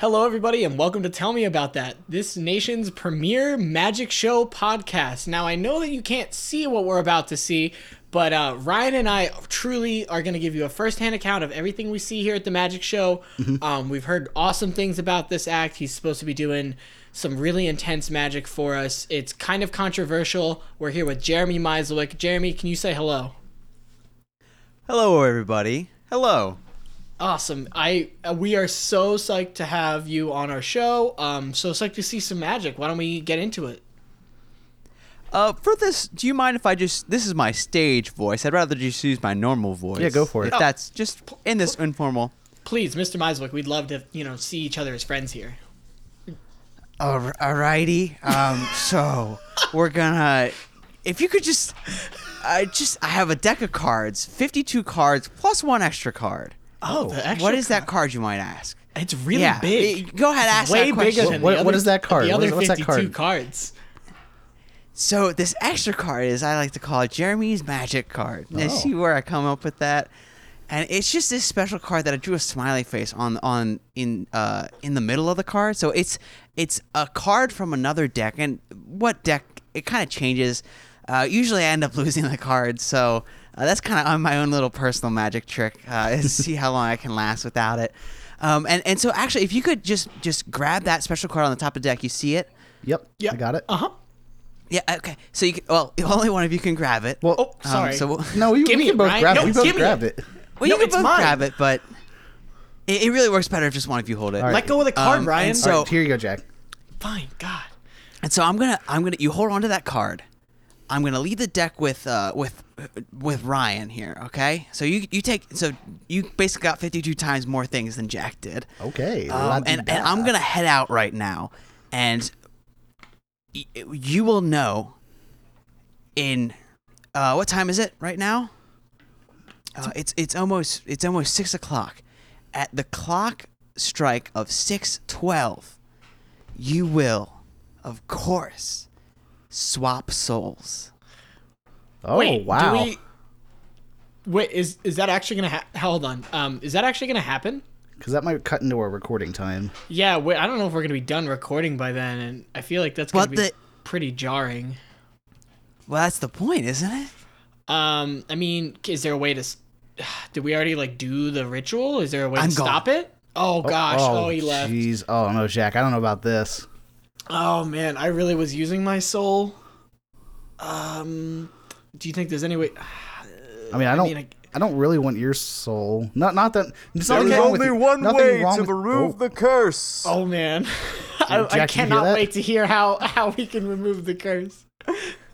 Hello, everybody, and welcome to Tell Me About That, this nation's premier magic show podcast. Now, I know that you can't see what we're about to see, but uh, Ryan and I truly are going to give you a firsthand account of everything we see here at the magic show. Um, we've heard awesome things about this act. He's supposed to be doing some really intense magic for us. It's kind of controversial. We're here with Jeremy Mislewick. Jeremy, can you say hello? Hello, everybody. Hello. Awesome. I uh, we are so psyched to have you on our show. Um so psyched to see some magic. Why don't we get into it? Uh, for this, do you mind if I just? This is my stage voice. I'd rather just use my normal voice. Yeah, go for it. If that's just in this informal. Please, Mr. Miswick, we'd love to, you know, see each other as friends here. Alr- Alrighty. Um, so we're gonna. If you could just, I just I have a deck of cards, fifty-two cards plus one extra card. Oh, the extra what is that card? You might ask. It's really yeah. big. Go ahead, ask Way that bigger question. than What- the what other, is that card? The What other is- what's that 52 card? cards. So this extra card is I like to call it Jeremy's magic card. And Oh. see where I come up with that. And it's just this special card that I drew a smiley face on on in uh in the middle of the card. So it's it's a card from another deck and what deck it kind of changes. Uh, usually I end up losing the card, so uh, that's kind of on my own little personal magic trick uh, is see how long I can last without it. Um, and, and so actually, if you could just just grab that special card on the top of the deck, you see it. Yep. Yeah. I got it. Uh-huh. Yeah. Okay. So you can, well, only one of you can grab it. Um, Well, Oh, sorry. so we'll, no, we, Give me we can it, both Ryan. grab No, it. We both give me grab it. it. well, No, you can it's both mine. grab it, but it, it really works better if just one of you hold it. right. Let go of the card, Um, Ryan. and All so- right, here you go, Jack. Fine, God. And so I'm gonna I'm gonna you hold on to that card. I'm gonna lead the deck with uh with with Ryan here. Okay. So you you take so you basically got 52 times more things than Jack did. Okay. Um, and, and I'm gonna head out right now, and y- you will know in uh, what time is it right now? Uh, it's it's almost it's almost six o'clock. At the clock strike of six twelve, you will, of course, swap souls. Oh Wait, wow. Do we, wait, is is that actually going to ha- Hold on. Um is that actually going to happen? Because that might cut into our recording time. Yeah, wait, I don't know if we're going to be done recording by then and I feel like that's going to What be the- pretty jarring. Well, that's the point, isn't it? Um, I mean, is there a way to? s- Did we already like do the ritual? Is there a way I'm to gone. stop it? Oh gosh! Oh, he left. Jeez. Oh no, Jack. I don't know about this. Oh man, I really was using my soul. Um, do you think there's any way? I mean, I don't. I, mean, I- don't really want your soul. Not, not that. There's nothing There's wrong only with you. one nothing way wrong to with- remove oh, the curse. Oh man, I, I Jack, you hear cannot that? wait to hear how how we can remove the curse.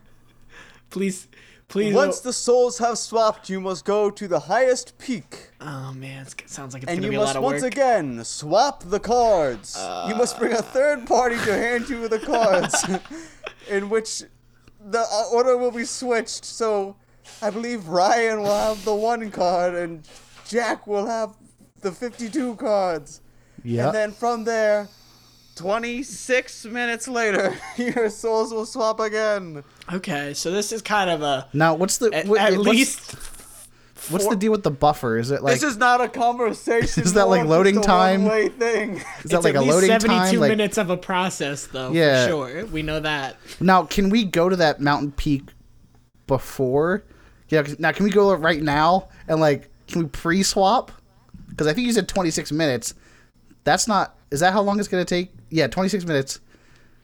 please, please. Once the souls have swapped, you must go to the highest peak, oh man, it's, it sounds like it's and gonna you be a lot must of once work. again swap the cards. you must bring a third party to hand you the cards, in which the uh, order will be switched. So, I believe Ryan will have the one card, and Jack will have the fifty-two cards. Yeah. And then from there, 26 minutes later, your souls will swap again. okay, so this is kind of a now, what's the at, what- at what's- least What's the deal with the buffer? Is it like this is not a conversation. Is that more like loading just a time? one-way thing. is that It's like at a least loading 72 time? Like- minutes of a process, though, Yeah. for sure. We know that. Now, can we go to that mountain peak before? Yeah. 'cause- Now, can we go right now and like, can we pre-swap? Because I think you said 26 minutes. That's not. Is that how long it's gonna take? Yeah, 26 minutes.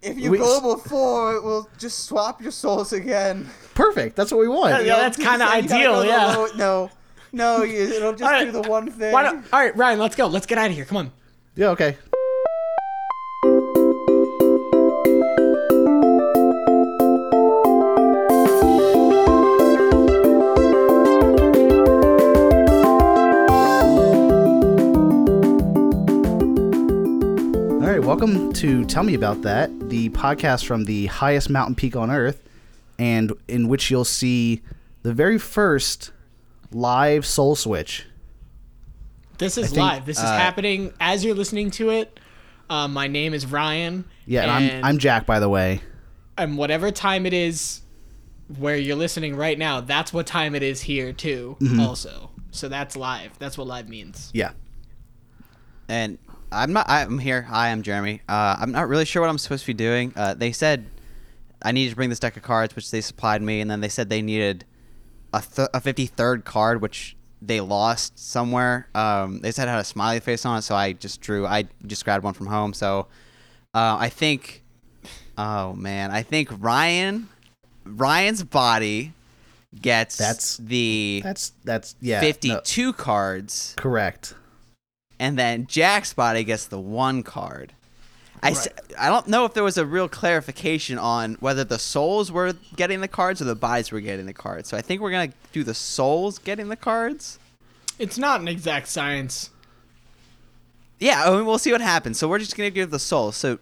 If you We- go before, it will just swap your souls again. Perfect. That's what we want. Yeah, that's You know, kinda you gotta go ideal, the yeah. low- no, no, you, it'll just Alright, do the one thing. Why not? All right, Ryan, let's go. Let's get out of here. Come on. Yeah. Okay. All right, welcome to Tell Me About That, the podcast from the highest mountain peak on Earth, and in which you'll see the very first live soul switch. This is think, live. This is uh, happening as you're listening to it. Um, my name is Ryan. Yeah, and, I'm I'm Jack, by the way. and whatever time it is where you're listening right now, that's what time it is here Mm-hmm. too. Also, so that's live. That's what live means. Yeah, And I'm not. I'm here. Hi, I'm Jeremy. Uh, I'm not really sure what I'm supposed to be doing. Uh, they said I needed to bring this deck of cards, which they supplied me, and then they said they needed a th- a 53rd card, which they lost somewhere. Um, they said it had a smiley face on it, so I just drew. I just grabbed one from home. So uh, I think. Oh man, I think Ryan, Ryan's body gets That's- the That's that's yeah. no, 52 cards correct. and then Jack's body gets the one card. I, s- I don't know if there was a real clarification on whether the souls were getting the cards or the bodies were getting the cards. So I think we're gonna do the souls getting the cards. It's not an exact science. Yeah, I mean, we'll see what happens. So we're just gonna give the souls. So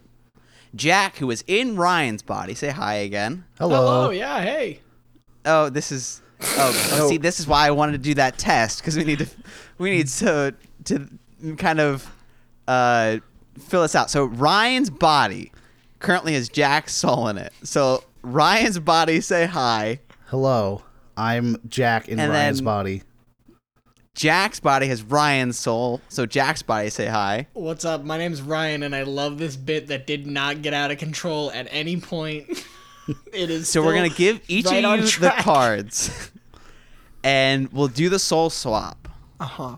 Jack, who is in Ryan's body, say hi again. Hello. Hello, yeah, hey. Oh, this is. Oh, see, this is why I wanted to do that test because we need to, we need to to kind of uh, fill this out. So Ryan's body currently has Jack's soul in it. So Ryan's body say hi. Hello. I'm Jack in And Ryan's then- body. Jack's body has Ryan's soul. So Jack's body say hi. What's up? My name's Ryan, and I love this bit that did not get out of control at any point. it is So we're still gonna give each right on of you the track. cards, and we'll do the soul swap. Uh-huh.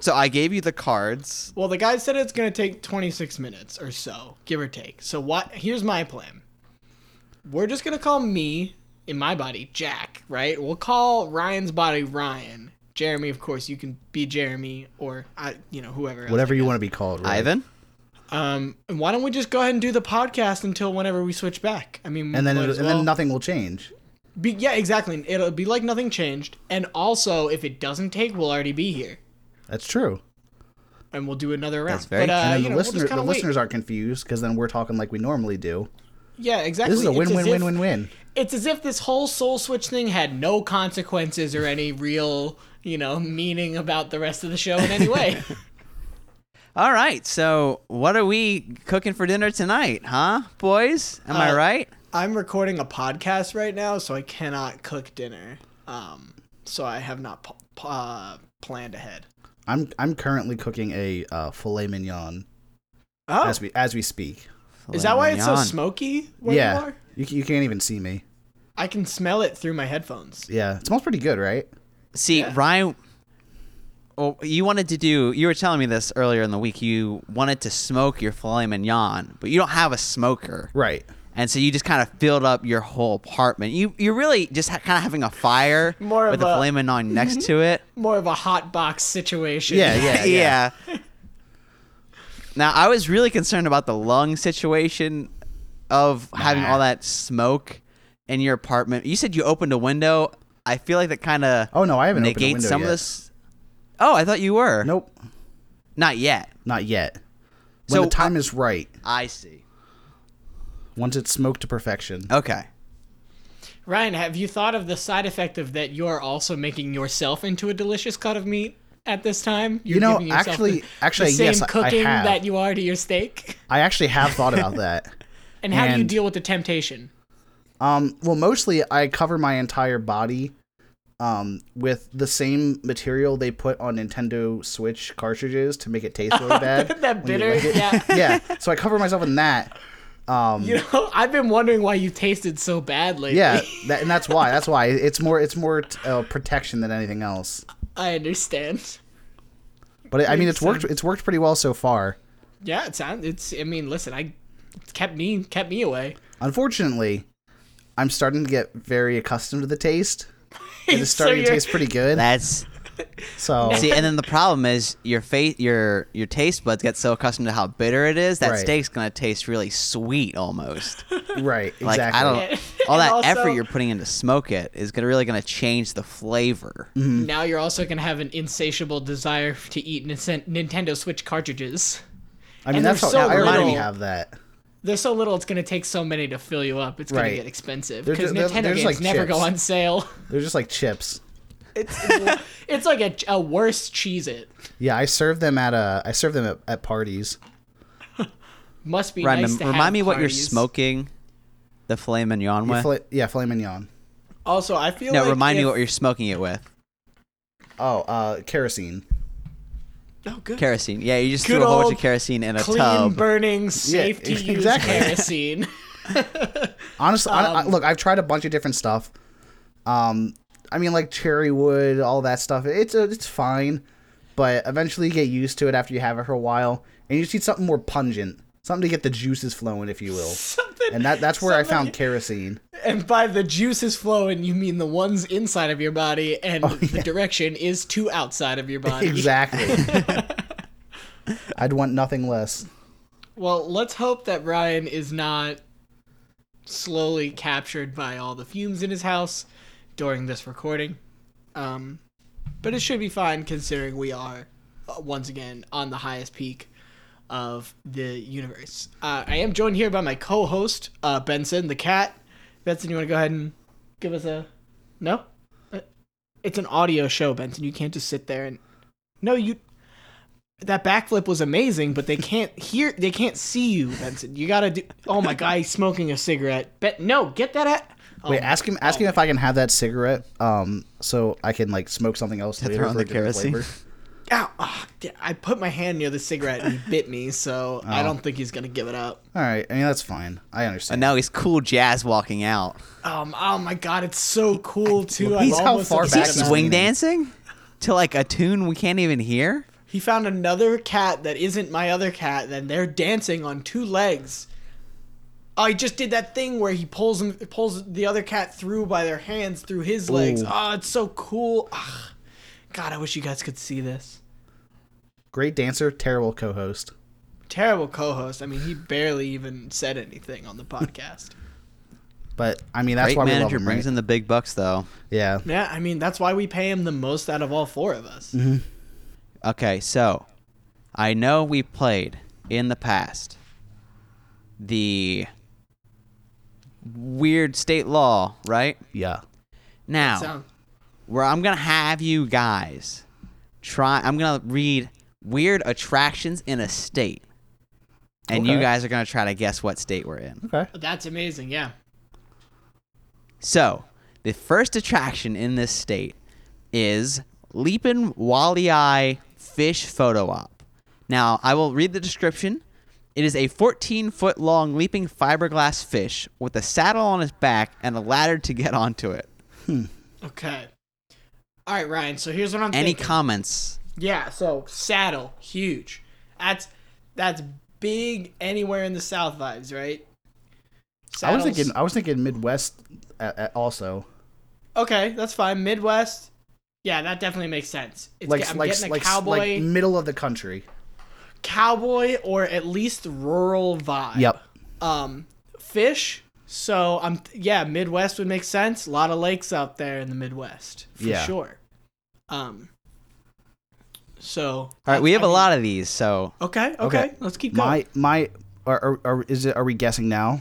So I gave you the cards. Well, the guy said it's gonna take 26 minutes or so, give or take. So what? Here's my plan. We're just gonna call me in my body Jack, right? We'll call Ryan's body Ryan. Jeremy, of course, you can be Jeremy or I, you know, whoever. Else Whatever you want to be called, right? Ivan. Um, and why don't we just go ahead and do the podcast until whenever we switch back? I mean, And then might it'll, as and well. then nothing will change. Be, yeah, exactly. It'll be like nothing changed. And also, if it doesn't take, we'll already be here, That's true. and we'll do another round. That's very but, uh, And then you the, know, we'll listener, just the kinda wait. listeners aren't confused because then we're talking like we normally do. Yeah, exactly. This is a It's as if- win-win-win-win-win. it's as if this whole soul switch thing had no consequences or any real, you know, meaning about the rest of the show in any way. All right, so what are we cooking for dinner tonight, huh, boys? Am I Uh, right? I'm recording a podcast right now, so I cannot cook dinner. Um, so I have not p- p- uh, planned ahead. I'm I'm currently cooking a uh, filet mignon Oh, as we as we speak. is that why it's so Filet mignon. smoky where you yeah, are? you, c- you can't even see me. I can smell it through my headphones. Yeah, it smells pretty good, right? See, Yeah. Ryan, well, you wanted to do. You were telling me this earlier in the week. You wanted to smoke your filet mignon, but you don't have a smoker, Right. and so you just kind of filled up your whole apartment. You you're really just ha- kind of having a fire More with of a a- filet mignon next to it. More of a hot box situation. Yeah, yeah, yeah. Now I was really concerned about the lung situation of having Nah. all that smoke in your apartment. You said you opened a window. I feel like that kind of Oh no, I haven't opened a negates window some yet. of this. Oh, I thought you were. Nope, not yet. not yet. When So, the time is right, I see. once it's smoked to perfection. Okay. Ryan, have you thought of the side effect of that you're also making yourself into a delicious cut of meat at this time? You're know, giving yourself actually- the, actually, the same yes, I- I cooking have. that you are to your steak. I actually have thought about that. And how do you And- deal with the temptation? Um, well, mostly I cover my entire body um, with the same material they put on Nintendo Switch cartridges to make it taste really bad. that when you bitter, lick it. yeah. yeah. So I cover myself in that. Um, You know, I've been wondering why you tasted so badly. yeah, that, and that's why. That's why it's more it's more uh, protection than anything else. I understand. But I mean, it's Makes worked. It's worked pretty well so far. Yeah, it sounds. It's. I mean, listen, I it's kept me kept me away. Unfortunately, I'm starting to get very accustomed to the taste. It is So starting to you're- taste pretty good. That's So see, and then the problem is your face, your your taste buds get so accustomed to how bitter it is that Right. steak's gonna taste really sweet almost. right, exactly. Like I Yeah. don't all And that also- effort you're putting in to smoke it is gonna really gonna change the flavor. Now you're also gonna have an insatiable desire to eat Nin- Nintendo Switch cartridges. I mean, and that's they're how so I already little. have that. There's so little, it's gonna take so many to fill you up. It's gonna Right. get expensive They're because ju- they're- Nintendo they're games just like never go chips. on sale. They're just like chips. It's it's like a, a worse cheese. It Yeah, I serve them at uh, I serve them at, at parties. must be Ryan, nice mem- to have remind me what you're parties. smoking the filet mignon with. Fla- yeah, filet mignon. Also, I feel no, like remind me if- what you're smoking it with. Oh, uh, kerosene. Oh, good. Kerosene. Yeah, you just Good threw a whole bunch old of kerosene in a Clean, tub. burning, safe to use exactly. kerosene. Honestly, I, Um, I, look, I've tried a bunch of different stuff. Um, I mean, like cherry wood, all that stuff. It's a, it's fine, but eventually you get used to it after you have it for a while, and you just need something more pungent, something to get the juices flowing, if you will. Something- and that that's where I something- found kerosene. and by the juices flowing, you mean the ones inside of your body, and Oh, the direction is to outside of your body. Exactly. I'd want nothing less. Well, let's hope that Ryan is not slowly captured by all the fumes in his house during this recording. Um, but it should be fine considering we are uh, once again on the highest peak of the universe. Uh, I am joined here by my co-host uh, Benson the cat. Benson, you want to go ahead and give us a no? Uh, It's an audio show, Benson. You can't just sit there and no, you that backflip was amazing, but they can't hear, they can't see you, Benson. You gotta do. Oh my god, he's smoking a cigarette. Bet no, get that at. Oh, Wait, ask him. Ask him if I can have that cigarette, um, so I can like smoke something else later. on for the a different kerosene. flavor. ow, ah, d- I put my hand near the cigarette and he bit me, so Oh. I don't think he's gonna give it up. All right, I mean that's fine. I understand. And now he's cool jazz walking out. Um, oh my god, it's so cool too. I'm He's how almost far Is upset he back about is it. swing dancing to like a tune we can't even hear? He found another cat that isn't my other cat, and they're dancing on two legs. Oh, he just did that thing where he pulls him, pulls the other cat through by their hands through his legs. Ooh. Oh, it's so cool. Ah, God, I wish you guys could see this. Great dancer, terrible co-host. Terrible co-host. I mean, he barely even said anything on the podcast. But I mean that's Great why we love manager him, brings right? in the big bucks though. Yeah. yeah, I mean, that's why we pay him the most out of all four of us. Okay, so I know we played in the past the weird state law, right? Yeah. Now, Sound- where I'm gonna have you guys try. I'm gonna read weird attractions in a state, and you Okay. guys are gonna try to guess what state we're in. Okay. that's amazing. Yeah. So, the first attraction in this state is Leapin' Wally Eye Fish Photo Op. Now, I will read the description. It is a 14 foot long leaping fiberglass fish with a saddle on its back and a ladder to get onto it. Okay. All right, Ryan. So here's what I'm Any thinking. comments? Yeah, so saddle, huge. That's that's big anywhere in the South vibes, right? I was Saddles. thinking I was thinking Midwest uh, uh, also. Okay, that's fine. Midwest. Yeah, that definitely makes sense. It's, Like I'm like getting a like cowboy, like middle of the country. cowboy, or at least rural vibe. Yep. Um, fish. So I'm yeah, Midwest would make sense. A lot of lakes out there in the Midwest for Yeah. sure. Um. So All right, we have a lot of these, so Okay, okay, Okay. let's keep going. My my are, are, are is it are we guessing now?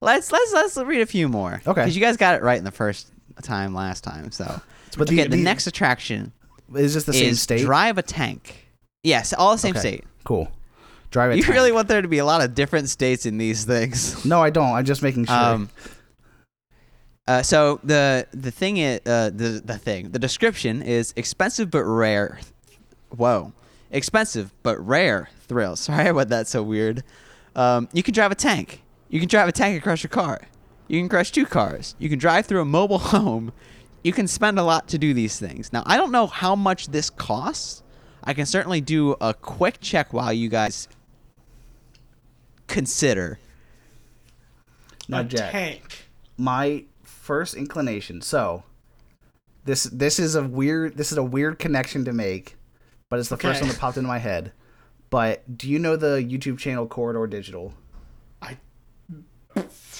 let's let's let's read a few more. Okay. because you guys got it right in the first time last time. So, But okay, the- the, the- next attraction Is this the same is state? drive a tank. Yes, all the same Okay. state. Cool. Drive it. You really want there to be a lot of different states in these things. No, I don't. I'm just making sure. Um, uh, so the the thing is uh, the the thing the description is expensive but rare. Whoa, expensive but rare thrills. Sorry about that. So weird. Um, you can drive a tank. You can drive a tank and crush a car. You can crush two cars. You can drive through a mobile home. You can spend a lot to do these things. Now I don't know how much this costs. I can certainly do a quick check while you guys consider. no, a Jack. tank. my first inclination. So this this is a weird this is a weird connection to make, but it's the first Okay. one that popped into my head. But do you know the YouTube channel Corridor Digital? I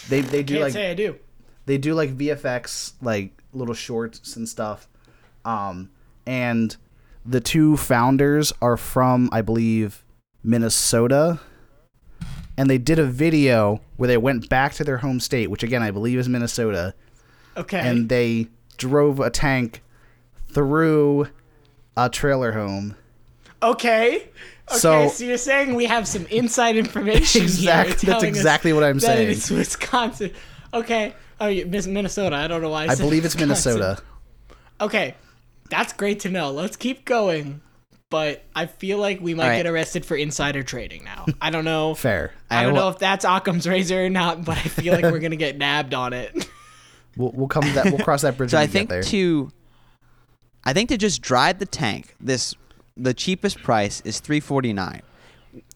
They they do can't like say I do. they do like VFX like little shorts and stuff. Um and the two founders are from I believe Minnesota. And they did a video where they went back to their home state, which again I believe is Minnesota, Okay. and they drove a tank through a trailer home. okay. Okay. So, So- you're saying we have some inside information. here Exact- that's telling us exactly what I'm that saying. It's Wisconsin. Okay. Oh, you- Miss Minnesota. I don't know why. I, I said believe it's Wisconsin. Minnesota. Okay, that's great to know. Let's keep going. but I feel like we might All right. get arrested for insider trading now. I don't know. Fair. I don't I will- know if that's Occam's razor or not, but I feel like we're gonna get nabbed on it. We'll, we'll come to that. We'll cross that bridge. So when I we think get there. to, I think to just drive the tank, this the cheapest price is three forty nine,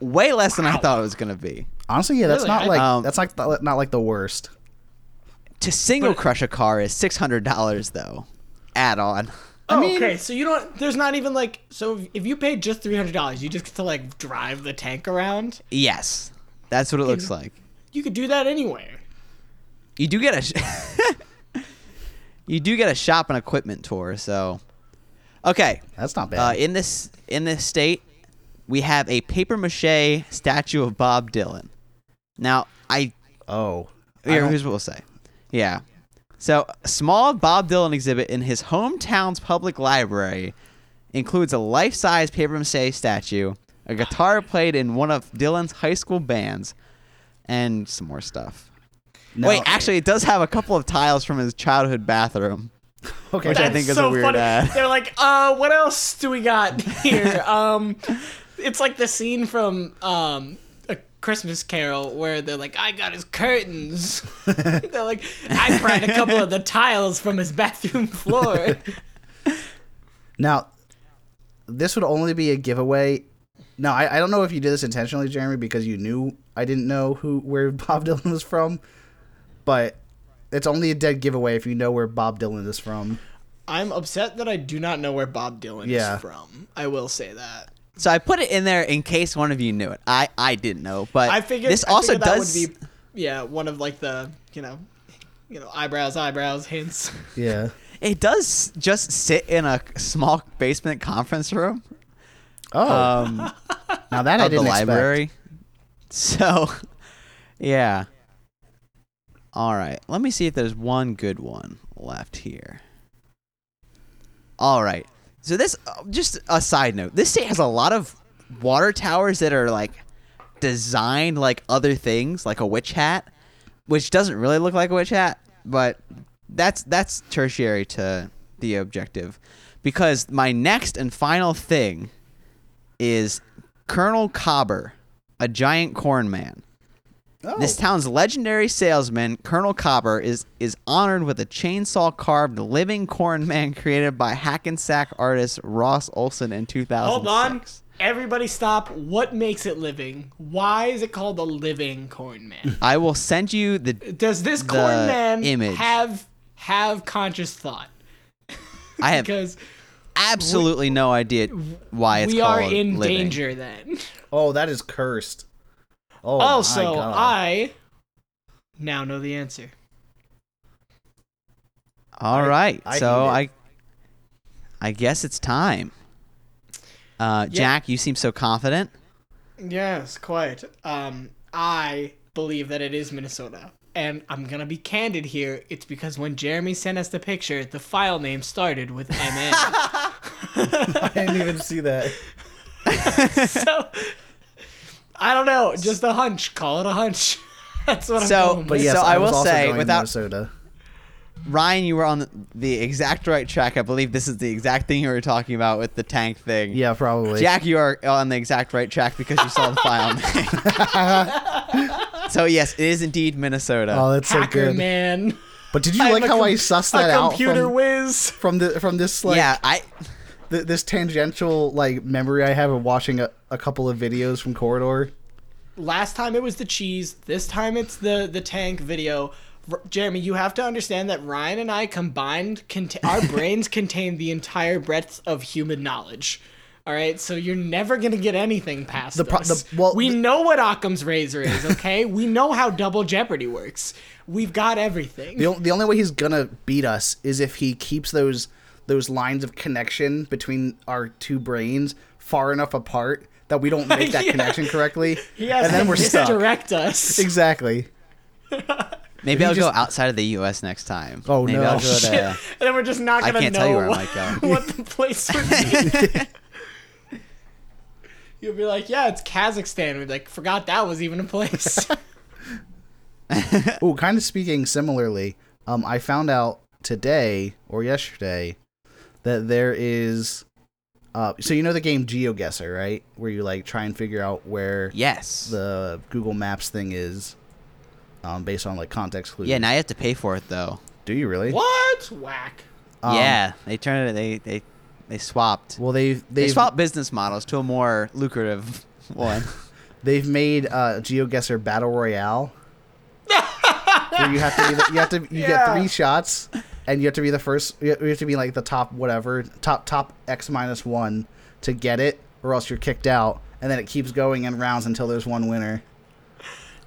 way less than I thought it was gonna be. honestly, yeah, that's Really? not I- like Um, that's not th- not like the worst. To single crush a car is six hundred dollars though, add on. Oh, mean- okay. So you don't. There's not even like. So if you paid just three hundred dollars, you just get to like drive the tank around. Yes, that's what it looks like. You could do that anywhere. You do get a, sh- you do get a shop and equipment tour. So, okay, That's not uh, bad. in this in this state, we have a paper mache statue of Bob Dylan. Now I oh, I Here, don't- here's what we'll say. Yeah. So, a small Bob Dylan exhibit in his hometown's public library includes a life size paper mache statue, a guitar played in one of Dylan's high school bands, and some more stuff. no. Wait, actually, it does have a couple of tiles from his childhood bathroom. okay. which I think is a weird ad. They're like, uh, what else do we got here? um, it's like the scene from um, a Christmas Carol where they're like, I got his curtains. they're like, I pried a couple of the tiles from his bathroom floor. Now, this would only be a giveaway. Now, I, I don't know if you did this intentionally, Jeremy, because you knew I didn't know who where Bob Dylan was from, but it's only a dead giveaway if you know where Bob Dylan is from. I'm upset that I do not know where Bob Dylan Yeah. is from. I will say that. So I put it in there in case one of you knew it. I, I didn't know, but I figured this I also figured does. that would be yeah one of like the you know you know eyebrows eyebrows hints. Yeah. It does just sit in a small basement conference room. Oh, Um, now that I of the didn't library. So, yeah. All right. Let me see if there's one good one left here. All right. So this uh, just a side note. This state has a lot of water towers that are like designed like other things, like a witch hat, which doesn't really look like a witch hat, but that's that's tertiary to the objective because my next and final thing is Colonel Cobber, a giant corn man. expect. This Oh, town's legendary salesman, Colonel Cobber, is is honored with a chainsaw carved living corn man created by Hackensack artist Ross Olson in 2006. Hold on. Everybody stop. What makes it living? Why is it called the living corn man? I will send you the. Does this corn man image. have have conscious thought? I have Because absolutely no idea why it's we called are in living. danger then. oh, that is cursed. Oh, my also, God. I now know the answer. All right, I so hate I, I guess it's time. Uh, Jack, you seem so confident. Yes, quite. Um, I believe that it is Minnesota. And I'm going to be candid here. It's because when Jeremy sent us the picture, the file name started with MN. I didn't even see that. so I don't know. Just a hunch. Call it a hunch. That's what So- I'm going But with. yes, So I, I was will also say, going to without- Minnesota. Ryan, you were on the- the exact right track. I believe this is the exact thing you were talking about with the tank thing. Yeah, probably. Jack, you are on the exact right track because you saw the file name. so yes, it is indeed Minnesota. Oh, that's so Hacker good. man. But did you I'm like a how com- I sussed a that out computer from, whiz. from the from this like yeah, I th- this tangential like memory I have of watching a, a couple of videos from Corridor. Last time it was the cheese. This time it's the the tank video. R- Jeremy, you have to understand that Ryan and I combined, cont- our brains contain the entire breadth of human knowledge. All right, so you're never gonna get anything past the, pro- the- well, we the- know what Occam's razor is, okay? we know how Double Jeopardy works. We've got everything. The o- the only way he's gonna beat us is if he keeps those those lines of connection between our two brains far enough apart that we don't make that Yeah. connection correctly, He has and then to we're stuck. misdirect us. Exactly. maybe you I'll go just- outside of the U.S. next time. Oh, maybe no. I'll go Shit. to, And then we're just not I gonna can't know tell you where I what, might what the place would be. You'll be like, yeah, it's Kazakhstan. We'd be like, forgot that was even a place. Ooh, kind of speaking similarly, um, I found out today or yesterday that there is Uh, so you know the game GeoGuessr, right? Where you like try and figure out where Yes. the Google Maps thing is, um, based on like context clues. yeah. Now you have to pay for it though. do you really? What? Whack. Um, yeah. They turned it. They they they swapped. Well, they've they they've swapped business models to a more lucrative one. they've made uh, GeoGuessr Battle Royale, where you have to be the, you have to you get Yeah. three shots, and you have to be the first. You have you have to be like the top whatever top top X minus one to get it, or else you're kicked out. And then it keeps going in rounds until there's one winner.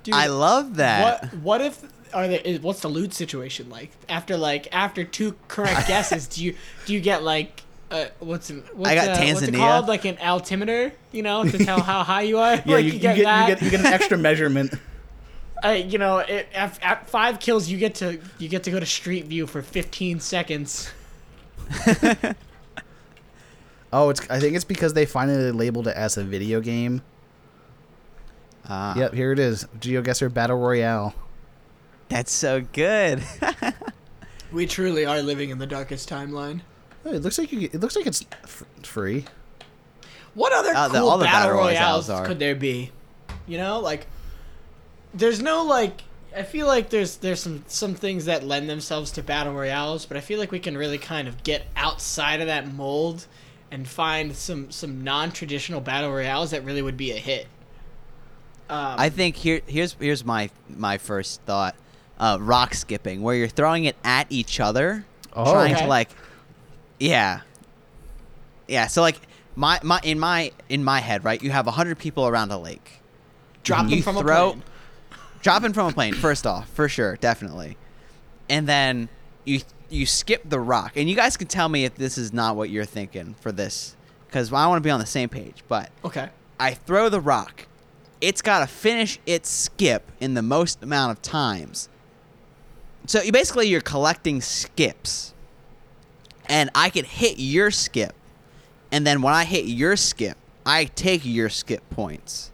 Dude, I love that. What? What if? Are there? Is, what's the loot situation like? After like after two correct guesses, do you do you get like uh, what's an, what's, I got uh, What's it Tanzania. called like an altimeter? You know, to tell how high you are. Yeah, like, you, you, get, you that. get you get an extra measurement. uh, you know, it, at, at five kills, you get to you get to go to Street View for 15 seconds. Oh, it's I think it's because they finally labeled it as a video game. Ah, Yep, here it is. GeoGuessr Battle Royale. That's so good. We truly are living in the darkest timeline. Oh, it looks like you, it looks like it's f- free. What other Uh, the- cool all the battle, battle royales, royales are. could there be? You know, like there's no like I feel like there's there's some some things that lend themselves to battle royales, but I feel like we can really kind of get outside of that mold and find some some non-traditional battle royales that really would be a hit. Um, I think here here's here's my my first thought. Uh, rock skipping, where you're throwing it at each other, Oh. trying Okay. to like, yeah, yeah. So like my my in my in my head, right? You have hundred people around a lake. drop them you from throw- a plane. dropping from a plane first off for sure definitely and then you you skip the rock and you guys can tell me if this is not what you're thinking for this because i want to be on the same page but Okay. i throw the rock it's got to finish its skip in the most amount of times so you basically you're collecting skips and i could hit your skip and then when i hit your skip i take your skip points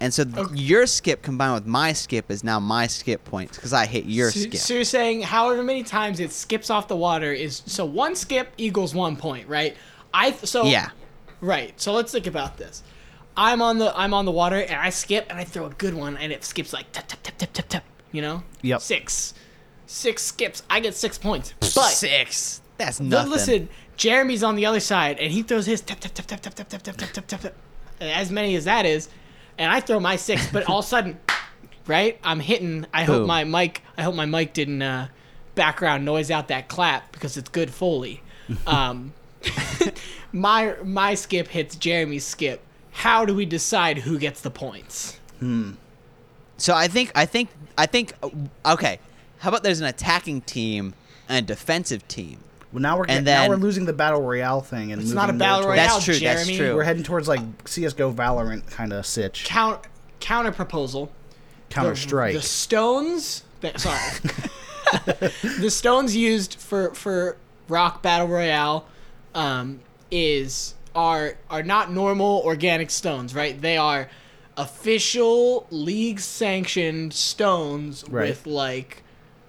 and so th- Okay. your skip combined with my skip is now my skip points because i hit your so, skip so you're saying however many times it skips off the water is so one skip equals one point, right? I th- so yeah Right. So let's think about this. I'm on the I'm on the water and I skip and I throw a good one and it skips like tap tap tap tap tap tap. You know. Yep. Six, six skips. I get six points. But six that's but nothing listen, Jeremy's on the other side and he throws his tap tap tap tap tap tap tap tap tap tap tap. tap, and As many as that is, and I throw my six, but all of a sudden, right? I'm hitting. I hope Boom. my mic. I hope my mic didn't uh, background noise out that clap because it's good foley. Um, my my skip hits Jeremy's skip. How do we decide who gets the points? So I think I think I think uh, okay. How about there's an attacking team and a defensive team? Well, now we're And getting- now then- we're losing the battle royale thing, and It's moving not a more battle towards- royale. That's true, that's Jeremy. true. We're heading towards like CS:GO, Valorant kind of sitch, Counter counter proposal. Counter Strike. The stones. ba- Sorry. the stones used for for rock battle royale um, is are are not normal organic stones, right? They are official league sanctioned stones Right. with like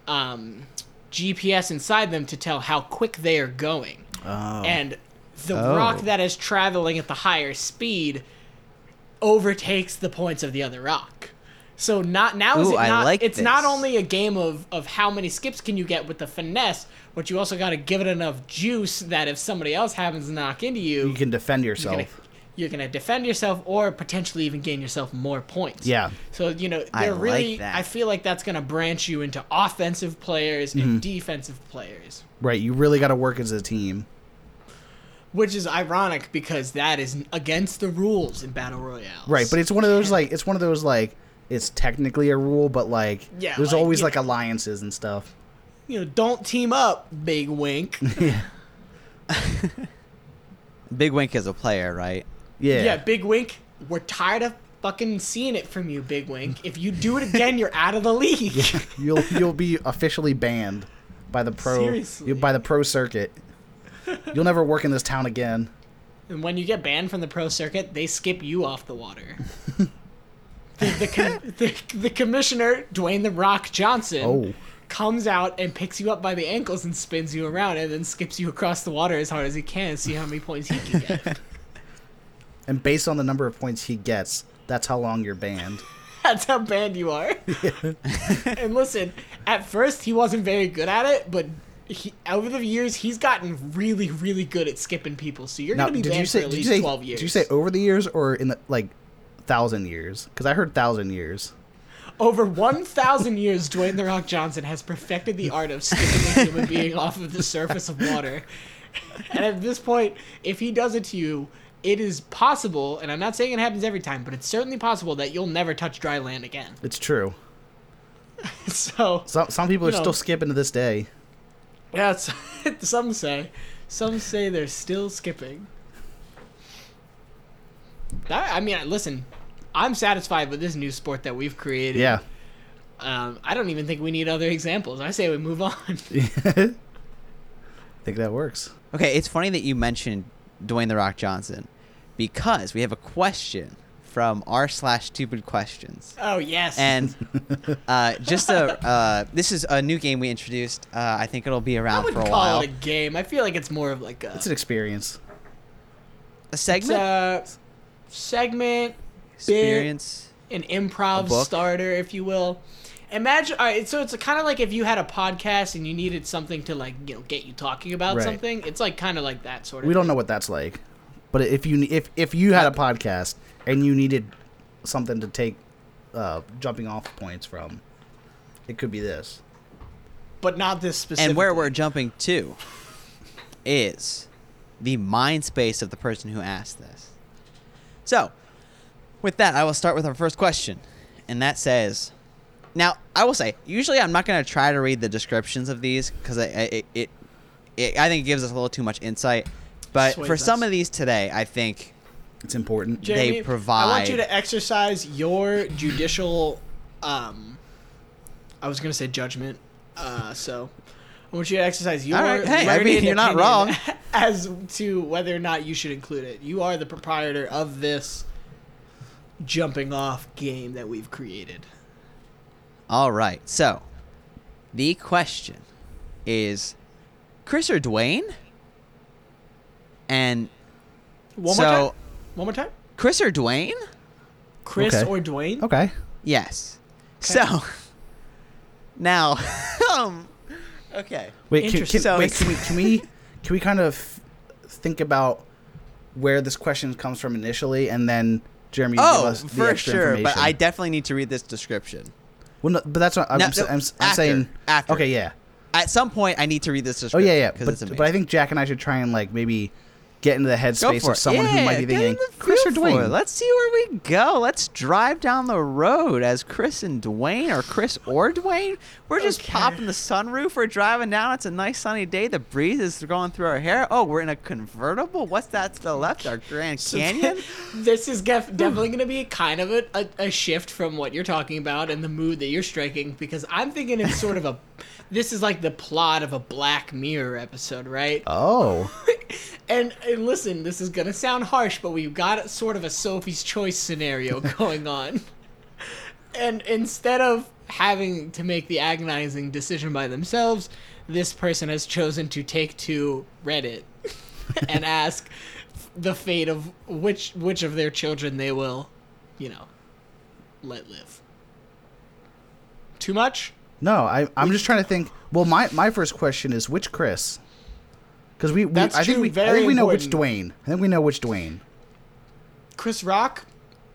um, GPS inside them to tell how quick they are going. Oh. And the Oh. rock that is traveling at the higher speed overtakes the points of the other rock. So not now is Ooh, it I not like it's not this. only a game of of how many skips can you get with the finesse, but you also got to give it enough juice that if somebody else happens to knock into you, you can defend you're yourself. gonna, you're gonna defend yourself or potentially even gain yourself more points. Yeah. So you know I they're like really that. I feel like that's gonna branch you into offensive players Mm-hmm. and defensive players. Right. You really got to work as a team. Which is ironic because that is against the rules in battle royales. Right. But it's one of those like it's one of those like it's technically a rule, but like Yeah, there's like, always yeah. like alliances and stuff. you know, don't team up, big wink. yeah. Big Wink is a player, right? Yeah. big wink. We're tired of fucking seeing it from you, big wink. If you do it again, you're out of the league. you'll you'll be officially banned by the pro Seriously. by the pro circuit. You'll never work in this town again. And when you get banned from the pro circuit, they skip you off the water. the, the, com- the, the commissioner, Dwayne the Rock Johnson, Oh. comes out and picks you up by the ankles and spins you around and then skips you across the water as hard as he can and see how many points he can get. And based on the number of points he gets, that's how long you're banned. That's how bad you are. and listen, at first he wasn't very good at it, but he, over the years he's gotten really, really good at skipping people. So you're Now, gonna be did banned you say for at did you least say twelve years. did you say over the years or in the like thousand years? Because I heard thousand years. over one thousand years? Dwayne the Rock Johnson has perfected the art of skipping a human being off of the surface of water. And at this point, if he does it to you, it is possible, and I'm not saying it happens every time, but it's certainly possible that you'll never touch dry land again. It's true. So Some some people are You know. still skipping to this day. Yeah, it's, some say. Some say they're still skipping. That, I mean, listen, I'm satisfied with this new sport that we've created. Yeah. Um, I don't even think we need other examples. I say we move on. I think that works. Okay, it's funny that you mentioned Dwayne the Rock Johnson because we have a question from r slash stupid questions. oh, yes. And uh, just a uh, this is a new game we introduced. Uh, I think it'll be I around would for a call while. it a game. I feel like it's more of like a, It's an experience. A it's segment a segment, bit, experience. an A improv book. starter, if you will. Imagine, all right, so it's kind of like if you had a podcast and you needed something to like, you know, get you talking about Right. something. It's like kind of like that sort of. We don't know what that's like, but if you if if you had a podcast and you needed something to take uh, jumping off points from, it could be this. but not this specific. And where we're jumping to is the mind space of the person who asked this. So, with that, I will start with our first question. And that says Now, I will say, usually I'm not going to try to read the descriptions of these because I, I, it, it, I think it gives us a little too much insight. But Sways for some us. of these today, I think It's important. Jamie, I they want you provide- to exercise your judicial. Um, I was gonna say judgment. Uh, so I want you to exercise your. All right. Hey, I mean, learned you're not opinion wrong. as to whether or not you should include it. You are the proprietor of this jumping off game that we've created. All right. So, the question is Chris or Dwayne? And One so, more time. One more time. Chris or Dwayne? Chris Okay. or Dwayne? Okay. Yes. Okay. So, now, um, okay. Wait. Can, Interesting. can, So wait, it's- can we can we can we kind of think about where this question comes from initially, and then Jeremy you give Oh, us the for extra sure. But information. I definitely need to read this description. Well, no, but that's what I'm, No, I'm, s- no, I'm, s- I'm after, saying. after. Okay, yeah. At some point, I need to read this Oh description. yeah, yeah. 'cause it's But, but I amazing. think Jack and I should try and like maybe get into the Go headspace for of it. someone who might Yeah, be get thinking in the Chris or feel for it. Dwayne. Let's see where we go. Let's drive down the road as Chris and Dwayne, or Chris or Dwayne. We're just Okay. popping the sunroof. We're driving down. It's a nice sunny day. The breeze is going through our hair. Oh, we're in a convertible. What's that to the left? Our Grand Canyon. Oh, this is gef- definitely going to be kind of a, a, a shift from what you're talking about and the mood that you're striking because I'm thinking it's sort of a. This is like the plot of a Black Mirror episode, right? Oh, And, and listen, this is going to sound harsh, but we've got sort of a Sophie's Choice scenario going on. and instead of having to make the agonizing decision by themselves, this person has chosen to take to Reddit and ask the fate of which which of their children they will, you know, let live. Too much? no. I, I'm just trying to think. Well, my, my first question is which Chris? Because we, we That's I think true, we I very think we know which important. Dwayne. I think we know which Dwayne. Chris Rock?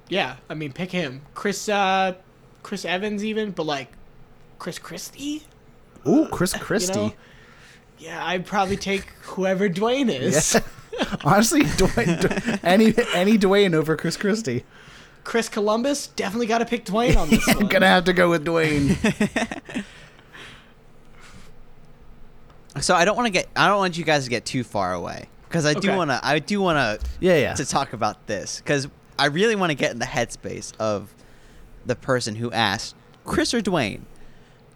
Yeah, I mean pick him. Chris uh Chris Evans even, but like Chris Christie? Ooh, Chris You Christie. know? Yeah, I'd probably take whoever Dwayne is. Honestly, Dwayne, Dw- any any Dwayne over Chris Christie. Chris Columbus definitely got to pick Dwayne on this I'm one. gonna have to go with Dwayne. So I don't want to get. I don't want you guys to get too far away because I do Okay. want to. I do want to. Yeah, yeah. To talk about this because I really want to get in the headspace of the person who asked Chris or Dwayne.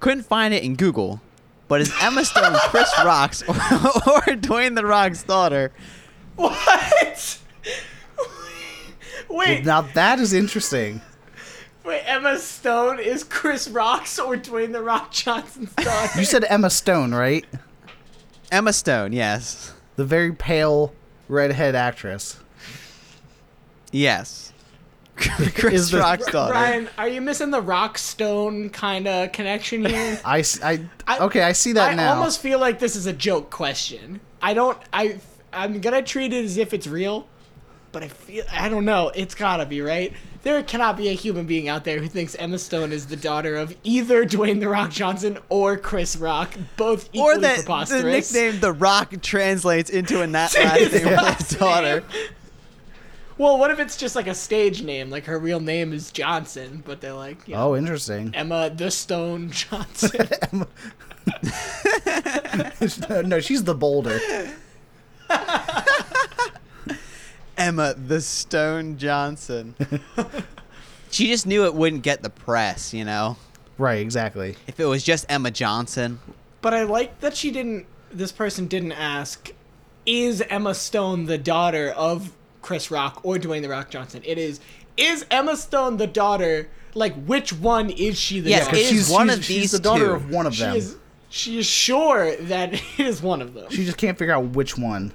Couldn't find it in Google, but is Emma Stone Chris Rock's or, or Dwayne the Rock's daughter? What? Wait, now that is interesting. Wait, Emma Stone is Chris Rock's or Dwayne the Rock Johnson's daughter? You said Emma Stone, right? Emma Stone, yes. The very pale redhead actress. Yes. Chris the- Rock's daughter. Ryan, are you missing the Rock Stone kind of connection here? I, s- I- I- okay, I see that I now. almost feel like this is a joke question. I don't. I I'm gonna treat it as if it's real, but I feel I don't know. It's gotta be right. There cannot be a human being out there who thinks Emma Stone is the daughter of either Dwayne the Rock Johnson or Chris Rock, both equally or that the preposterous. nickname The Rock translates into a not last His name of last his daughter. name. Well, what if it's just like a stage name? Like her real name is Johnson, but they're like, you know, oh, interesting. Emma the Stone Johnson. no, she's the boulder. Emma the Stone Johnson. she just knew it wouldn't get the press, you know. Right, exactly. If it was just Emma Johnson, But I like that she didn't. This person didn't ask, is Emma Stone the daughter of Chris Rock or Dwayne the Rock Johnson? It is. Is Emma Stone the daughter? Like, which one is she the Yes, daughter? it Because is she's one she's- of she's these the daughter two. of one of she them. is. She is sure that it is one of them. She just can't figure out which one.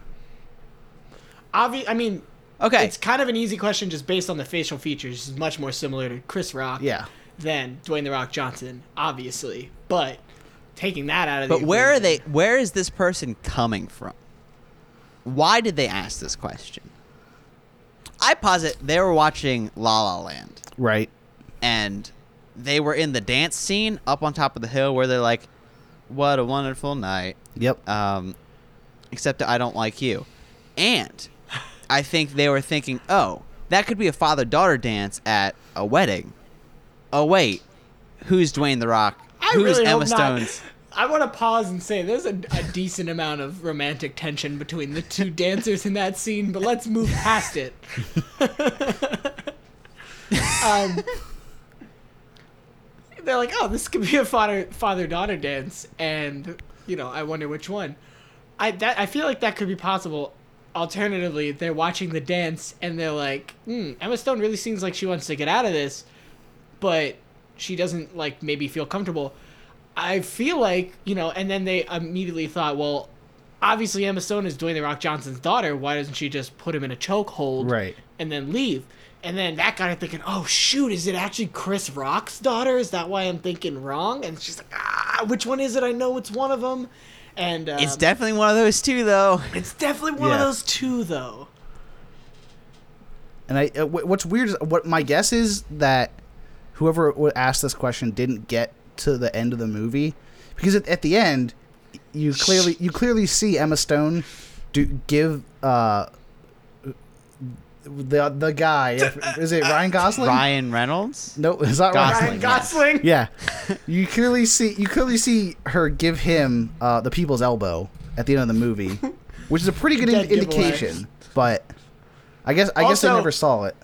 Obvi- I mean, okay. it's kind of an easy question just based on the facial features. She's much more similar to Chris Rock Yeah. than Dwayne the Rock Johnson, obviously. But taking that out of the but where are equation- they? Where is this person coming from? Why did they ask this question? I posit they were watching La La Land. Right. and they were in the dance scene up on top of the hill where they're like, "What a wonderful night." Yep. Um, except I don't like you, and I think they were thinking, "Oh, that could be a father-daughter dance at a wedding." Oh wait, who's Dwayne the Rock? I who's really Emma hope not. Stone's? I want to pause and say there's a, a decent amount of romantic tension between the two dancers in that scene, but let's move past it. um, they're like, oh, this could be a father father daughter dance, and you know, I wonder which one. I that I feel like that could be possible. Alternatively, they're watching the dance and they're like, hmm, Emma Stone really seems like she wants to get out of this, but she doesn't like maybe feel comfortable. I feel like you know, and then they immediately thought, well, obviously Emma Stone is Dwayne the Rock Johnson's daughter. Why doesn't she just put him in a chokehold, Right. and then leave? And then that got her thinking, oh shoot, is it actually Chris Rock's daughter? Is that why I'm thinking wrong? And she's like, ah, which one is it? I know it's one of them. And um, It's definitely one of those two, though. it's definitely one of Yeah. those two, though. And I, uh, wh- what's weird is what my guess is that whoever w- asked this question didn't get to the end of the movie because at, at the end you clearly you clearly see Emma Stone do give uh the the guy is it Ryan Gosling? Ryan Reynolds. No, it's not Ryan. Gosling. Ryan Gosling. Yeah, you clearly see you clearly see her give him uh, the people's elbow at the end of the movie, which is a pretty good Dead in- giveaway. indication. But I guess I guess I Also- never saw it.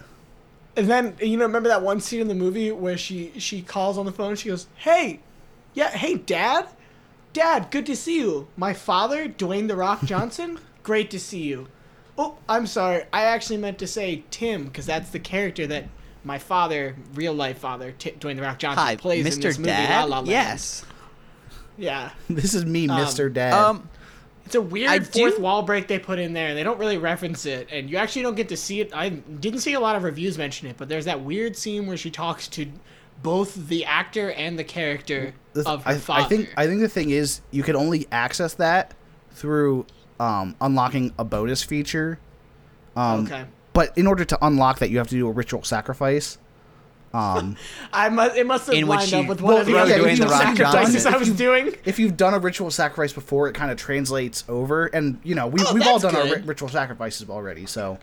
And then you know, remember that one scene in the movie where she she calls on the phone. She goes, "Hey, yeah, hey, Dad, Dad, good to see you. My father, Dwayne the Rock Johnson, great to see you. Oh, I'm sorry, I actually meant to say Tim because that's the character that my father, real life father, Ti- Dwayne the Rock Johnson, Hi, plays in this Mr. movie. Dad. La La Land. yes. yeah. This is me, Mr. Dad. Um, It's a weird I do- fourth wall break they put in there, and they don't really reference it, and you actually don't get to see it. I didn't see a lot of reviews mention it, but there's that weird scene where she talks to both the actor and the character The th- of her I, father. I think I think the thing is you can only access that through um, unlocking a bonus feature. Um, okay. But in order to unlock that, you have to do a ritual sacrifice. Um, I must. It must have In which lined you- up with one Well, of the yeah, other if you ritual were Rock sacrifices Johnson, I was if doing. if you've done a ritual sacrifice before, it kind of translates over, and you know we, Oh, we've all that's done our good. ri- ritual sacrifices already. So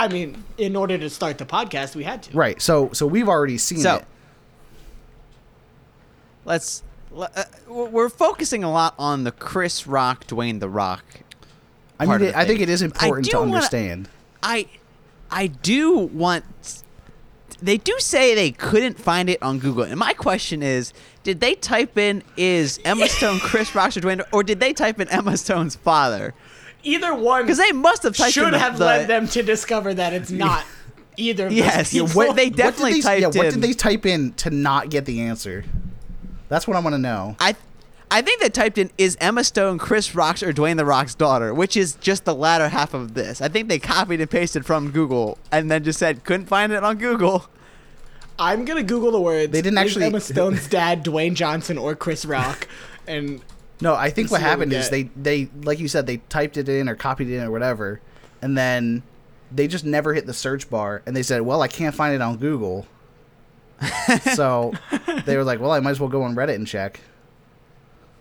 I mean, in order to start the podcast, we had to. right, so so we've already seen So it. let's le- uh, we're focusing a lot on the Chris Rock, Dwayne the Rock. I part mean, of it, the I think thing. it is important I to do wanna- understand. I I do want they do say they couldn't find it on Google. And my question is, did they type in is Emma Stone Chris Rock or Dwayne or did they type in Emma Stone's father? Either one Cuz they must have typed in should the- have the- led them to discover that it's not either of those Yes, people. what, they definitely what did they, typed yeah, What in. did they type in to not get the answer? That's what I want to know. I, I think they typed in is Emma Stone Chris Rock's or Dwayne the Rock's daughter, which is just the latter half of this. I think they copied and pasted from Google and then just said couldn't find it on Google. I'm gonna Google the words. They didn't "Is actually- Emma Stone's dad, Dwayne Johnson, or Chris Rock, and No, I think what see what we happened is get. they they like you said they typed it in or copied it in or whatever, and then they just never hit the search bar and they said, "Well, I can't find it on Google." so they were like, "Well, I might as well go on Reddit and check."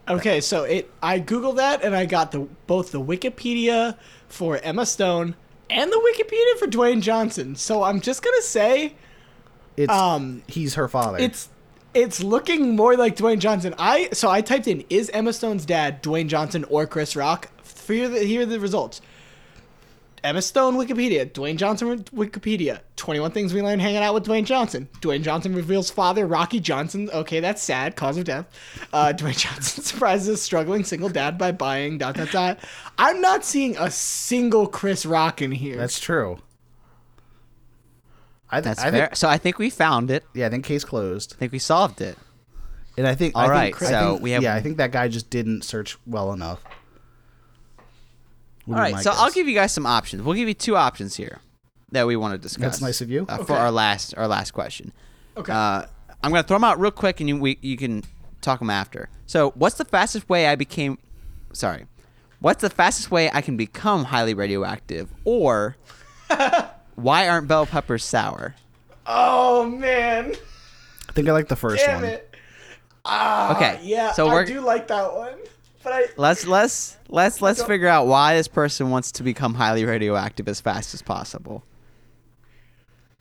Okay, so it I googled that and I got the both the Wikipedia for Emma Stone and the Wikipedia for Dwayne Johnson. So I'm just gonna say It's Um, he's her father. it's it's looking more like Dwayne Johnson. I so I typed in is Emma Stone's dad Dwayne Johnson or Chris Rock. Here the, here are the results. Emma Stone Wikipedia, Dwayne Johnson Wikipedia, 21 things we learned hanging out with Dwayne Johnson. Dwayne Johnson reveals father, Rocky Johnson. Okay, that's sad, cause of death. Uh, Dwayne Johnson surprises a struggling single dad by buying dot dot dot. I'm not seeing a single Chris Rock in here. that's true. I, th- That's I fair. think so I think we found it. I yeah, I think case closed. think we solved it. And I think All I think- right, I so think- we have- yeah, I think that guy just didn't search well enough. All right, so I'll give you guys some options. We'll give you two options here that we want to discuss. That's nice of you. uh, For Okay. our last our last question. okay. Uh, I'm gonna throw them out real quick, and you we, you can talk them after. So, what's the fastest way I became? Sorry, what's the fastest way I can become highly radioactive? Or why aren't bell peppers sour? oh man, I think I like the first damn one. it. Okay, Yeah, So I we're do like that one, but I let's let's let's let's figure out why this person wants to become highly radioactive as fast as possible.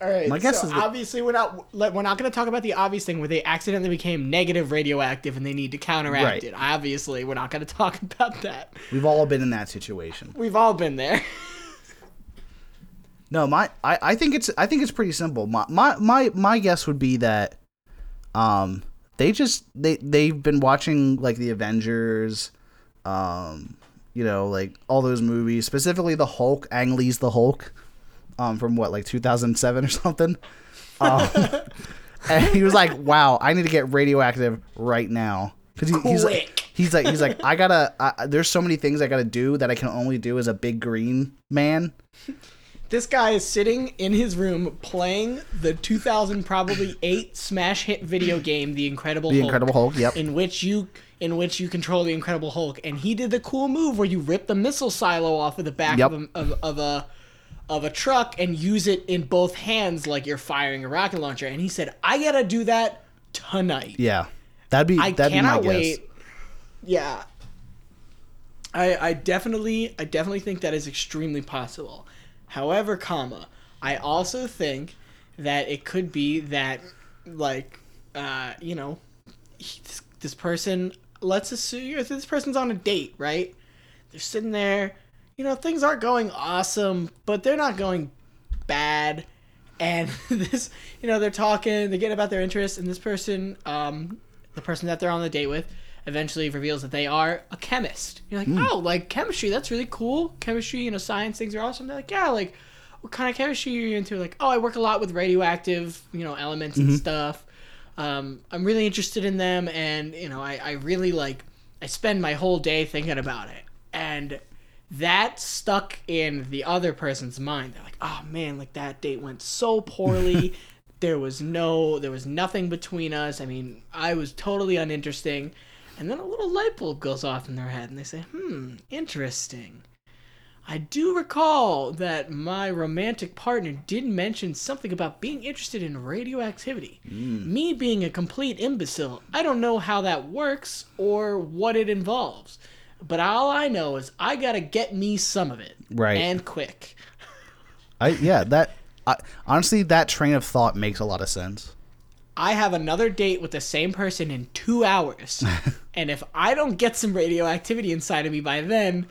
all right. My guess so is that- obviously we're not like, we're not going to talk about the obvious thing where they accidentally became negative radioactive and they need to counteract Right. it. Obviously, we're not going to talk about that. We've all been in that situation. We've all been there. No, my I, I think it's I think it's pretty simple. My my my, my guess would be that um they just they they've been watching like the Avengers um you know like all those movies specifically the Hulk Ang Lee's the Hulk um from what like 2007 or something. Um, and he was like, "Wow, I need to get radioactive right now." Cuz he, he's Quick. like, he's like he's like I got to I there's so many things I got to do that I can only do as a big green man. This guy is sitting in his room playing the 2000 probably 8 smash hit video game The Incredible The Hulk. Incredible Hulk, yep. In which you in which you control the Incredible Hulk and he did the cool move where you rip the missile silo off of the back Yep. of, a, of, of a of a truck and use it in both hands like you're firing a rocket launcher and he said I got to do that tonight. Yeah, that'd be I that'd be my cannot guess. wait. Yeah. I I definitely I definitely think that is extremely possible. However, comma, I also think that it could be that like uh, you know, he- this, this person let's assume if this person's on a date, right? They're sitting there, you know, things aren't going awesome, but they're not going bad and this you know they're talking they're getting about their interests and this person um the person that they're on the date with eventually reveals that they are a chemist you're like oh like chemistry that's really cool chemistry you know science things are awesome they're like yeah like what kind of chemistry are you into like oh i work a lot with radioactive you know elements and stuff um i'm really interested in them and you know i i really like i spend my whole day thinking about it and that stuck in the other person's mind. They're like, oh man, like that date went so poorly. there was no, there was nothing between us. I mean, I was totally uninteresting. And then a little light bulb goes off in their head and they say, hmm, interesting. I do recall that my romantic partner did mention something about being interested in radioactivity. Me being a complete imbecile, I don't know how that works or what it involves. But all I know is I gotta get me some of it. Right. And quick. I yeah that I, honestly that train of thought makes a lot of sense. I have another date with the same person in two hours. and if I don't get some radioactivity inside of me by then,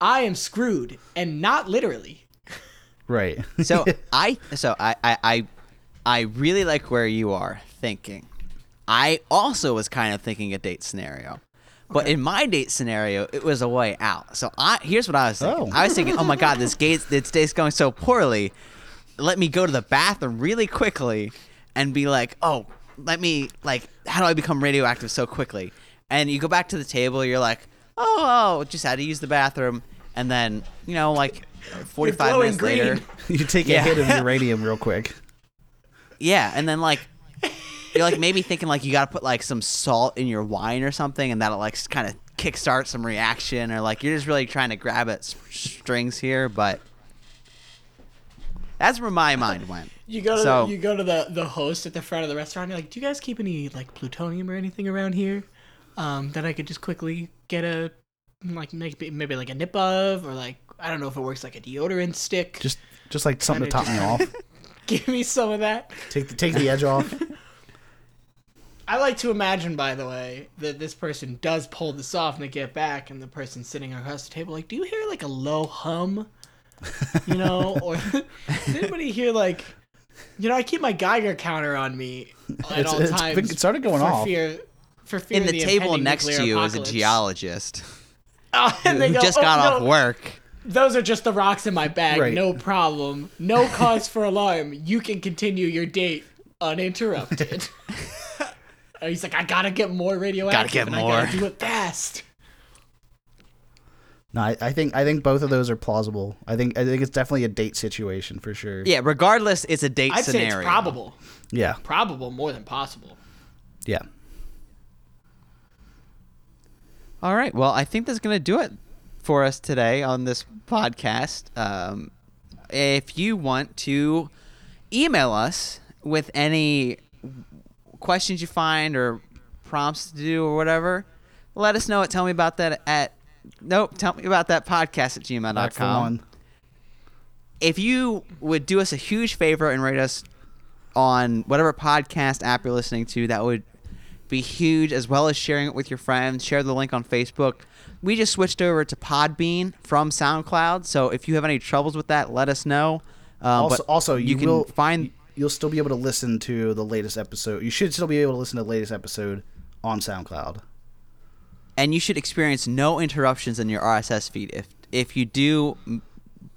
I am screwed. And not literally. Right. So I so I, I I I really like where you are thinking. I also was kind of thinking a date scenario. But in my date scenario, it was a way out. So I here's what I was thinking. Oh. I was thinking, oh my god, this date this date's going so poorly. let me go to the bathroom really quickly and be like, oh, let me like, how do I become radioactive so quickly? And you go back to the table, you're like, oh, oh just had to use the bathroom, and then you know like. 45 glowing minutes later green. You take a Yeah. hit of uranium real quick. yeah and then like you're like maybe thinking like you gotta put like some salt in your wine or something and that'll like kind of kickstart some reaction or like you're just really trying to grab at s- strings here but that's where my mind went You go to So- the, you go to the the host at the front of the restaurant. You're like, do you guys keep any like plutonium or anything around here um, that I could just quickly get a like maybe maybe like a nip of or like I don't know if it works like a deodorant stick. Just just like something to top me off. give me some of that. Take the, take the edge off. I like to imagine, by the way, that this person does pull this off and they get back, and the person sitting across the table, like, do you hear like a low hum? You know, or does anybody hear like, you know, I keep my Geiger counter on me at It's- all it's times. been- it started going for off. Fear, for fear in of the, table impending next to nuclear you apocalypse. is a geologist Oh, and they who go, just "Oh, got off no, work Those are just the rocks in my bag. Right. No problem. No cause for alarm. You can continue your date uninterrupted. And He's like, I gotta get more radioactive. get and I more." gotta do it fast. No, I, I think I think both of those are plausible. I think I think it's definitely a date situation for sure. yeah regardless it's a date I'd scenario say it's probable. Yeah. Probable more than possible. Yeah. All right. Well, I think that's going to do it for us today on this podcast. Um, if you want to email us with any questions you find or prompts to do or whatever, let us know at tell me about that at nope, tell me about that podcast at gmail.com That's the one. if you would do us a huge favor and rate us on whatever podcast app you're listening to, that would be huge, as well as sharing it with your friends. Share the link on Facebook. We just switched over to Podbean from SoundCloud, so if you have any troubles with that, let us know. Um, Also, but also you, can will find You'll still be able to listen to the latest episode. You should still be able to listen to the latest episode on SoundCloud. and you should experience no interruptions in your RSS feed. If if you do, m-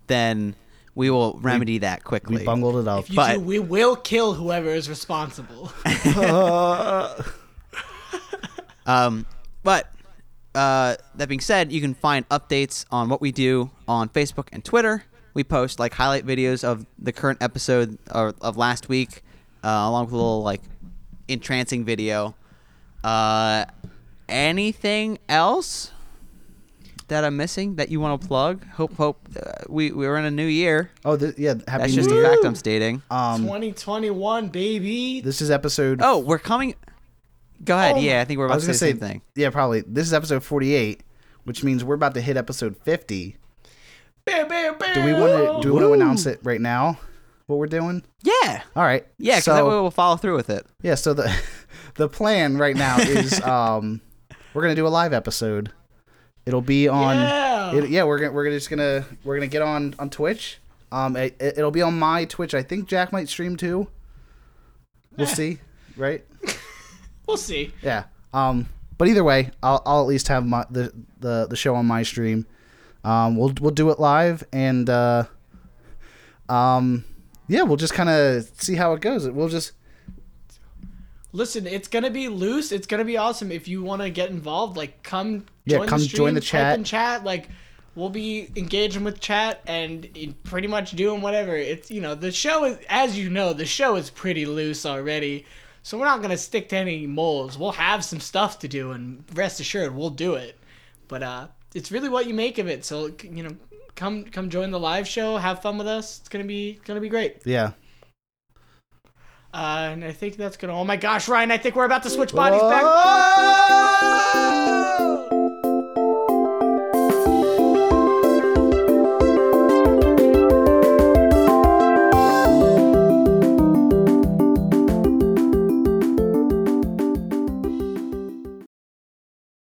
then we will remedy that quickly. We bungled it up. If you But- do, we will kill whoever is responsible. Um, but uh, that being said, you can find updates on what we do on Facebook and Twitter. We post like highlight videos of the current episode or, of last week, uh, along with a little like entrancing video. Uh, anything else that I'm missing that you want to plug? Hope, hope uh, we we're in a new year. oh, th- yeah. Happy That's New just a Year. fact I'm stating. Um, 2021, baby. This is episode. oh, we're coming. Go ahead. Oh, yeah, I think we're I about was to say gonna the say. same thing. Yeah, probably. This is episode forty-eight, which means we're about to hit episode fifty. Bam, bam, bam. Do we want to? Do we want to announce it right now? What we're doing? Yeah. All right. Yeah, because that way So we'll follow through with it. yeah. So the the plan right now is um we're gonna do a live episode. It'll be on. Yeah. it- yeah. We're gonna we're gonna just gonna we're gonna get on on Twitch. Um, it, it- it'll be on my Twitch. I think Jack might stream too. We'll see. Right. We'll see. Yeah. Um. But either way, I'll, I'll at least have my the, the the show on my stream. Um. We'll we'll do it live and uh. Um. Yeah, we'll just kind of see how it goes. We'll just Listen, it's gonna be loose. It's gonna be awesome. If you want to get involved, like come Yeah, join come the join stream, the type chat. in chat. Like we'll be engaging with chat and in- pretty much doing whatever. It's you know the show is as you know the show is pretty loose already, so we're not gonna stick to any molds. We'll have some stuff to do, and rest assured we'll do it. But uh, it's really what you make of it. So c- you know, come come join the live show. Have fun with us. It's gonna be gonna be great. yeah. Uh, and I think that's gonna. Oh my gosh, Ryan! I think we're about to switch bodies back.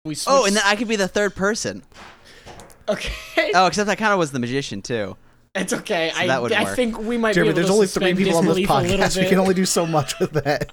We switched. Oh, and then I could be the third person. okay. Oh, except I kind of was the magician too. It's okay. I, that would I work. think we might be Jeremy, able there's to only three suspend people on this disbelief a little podcast. We bit. can only do so much with that.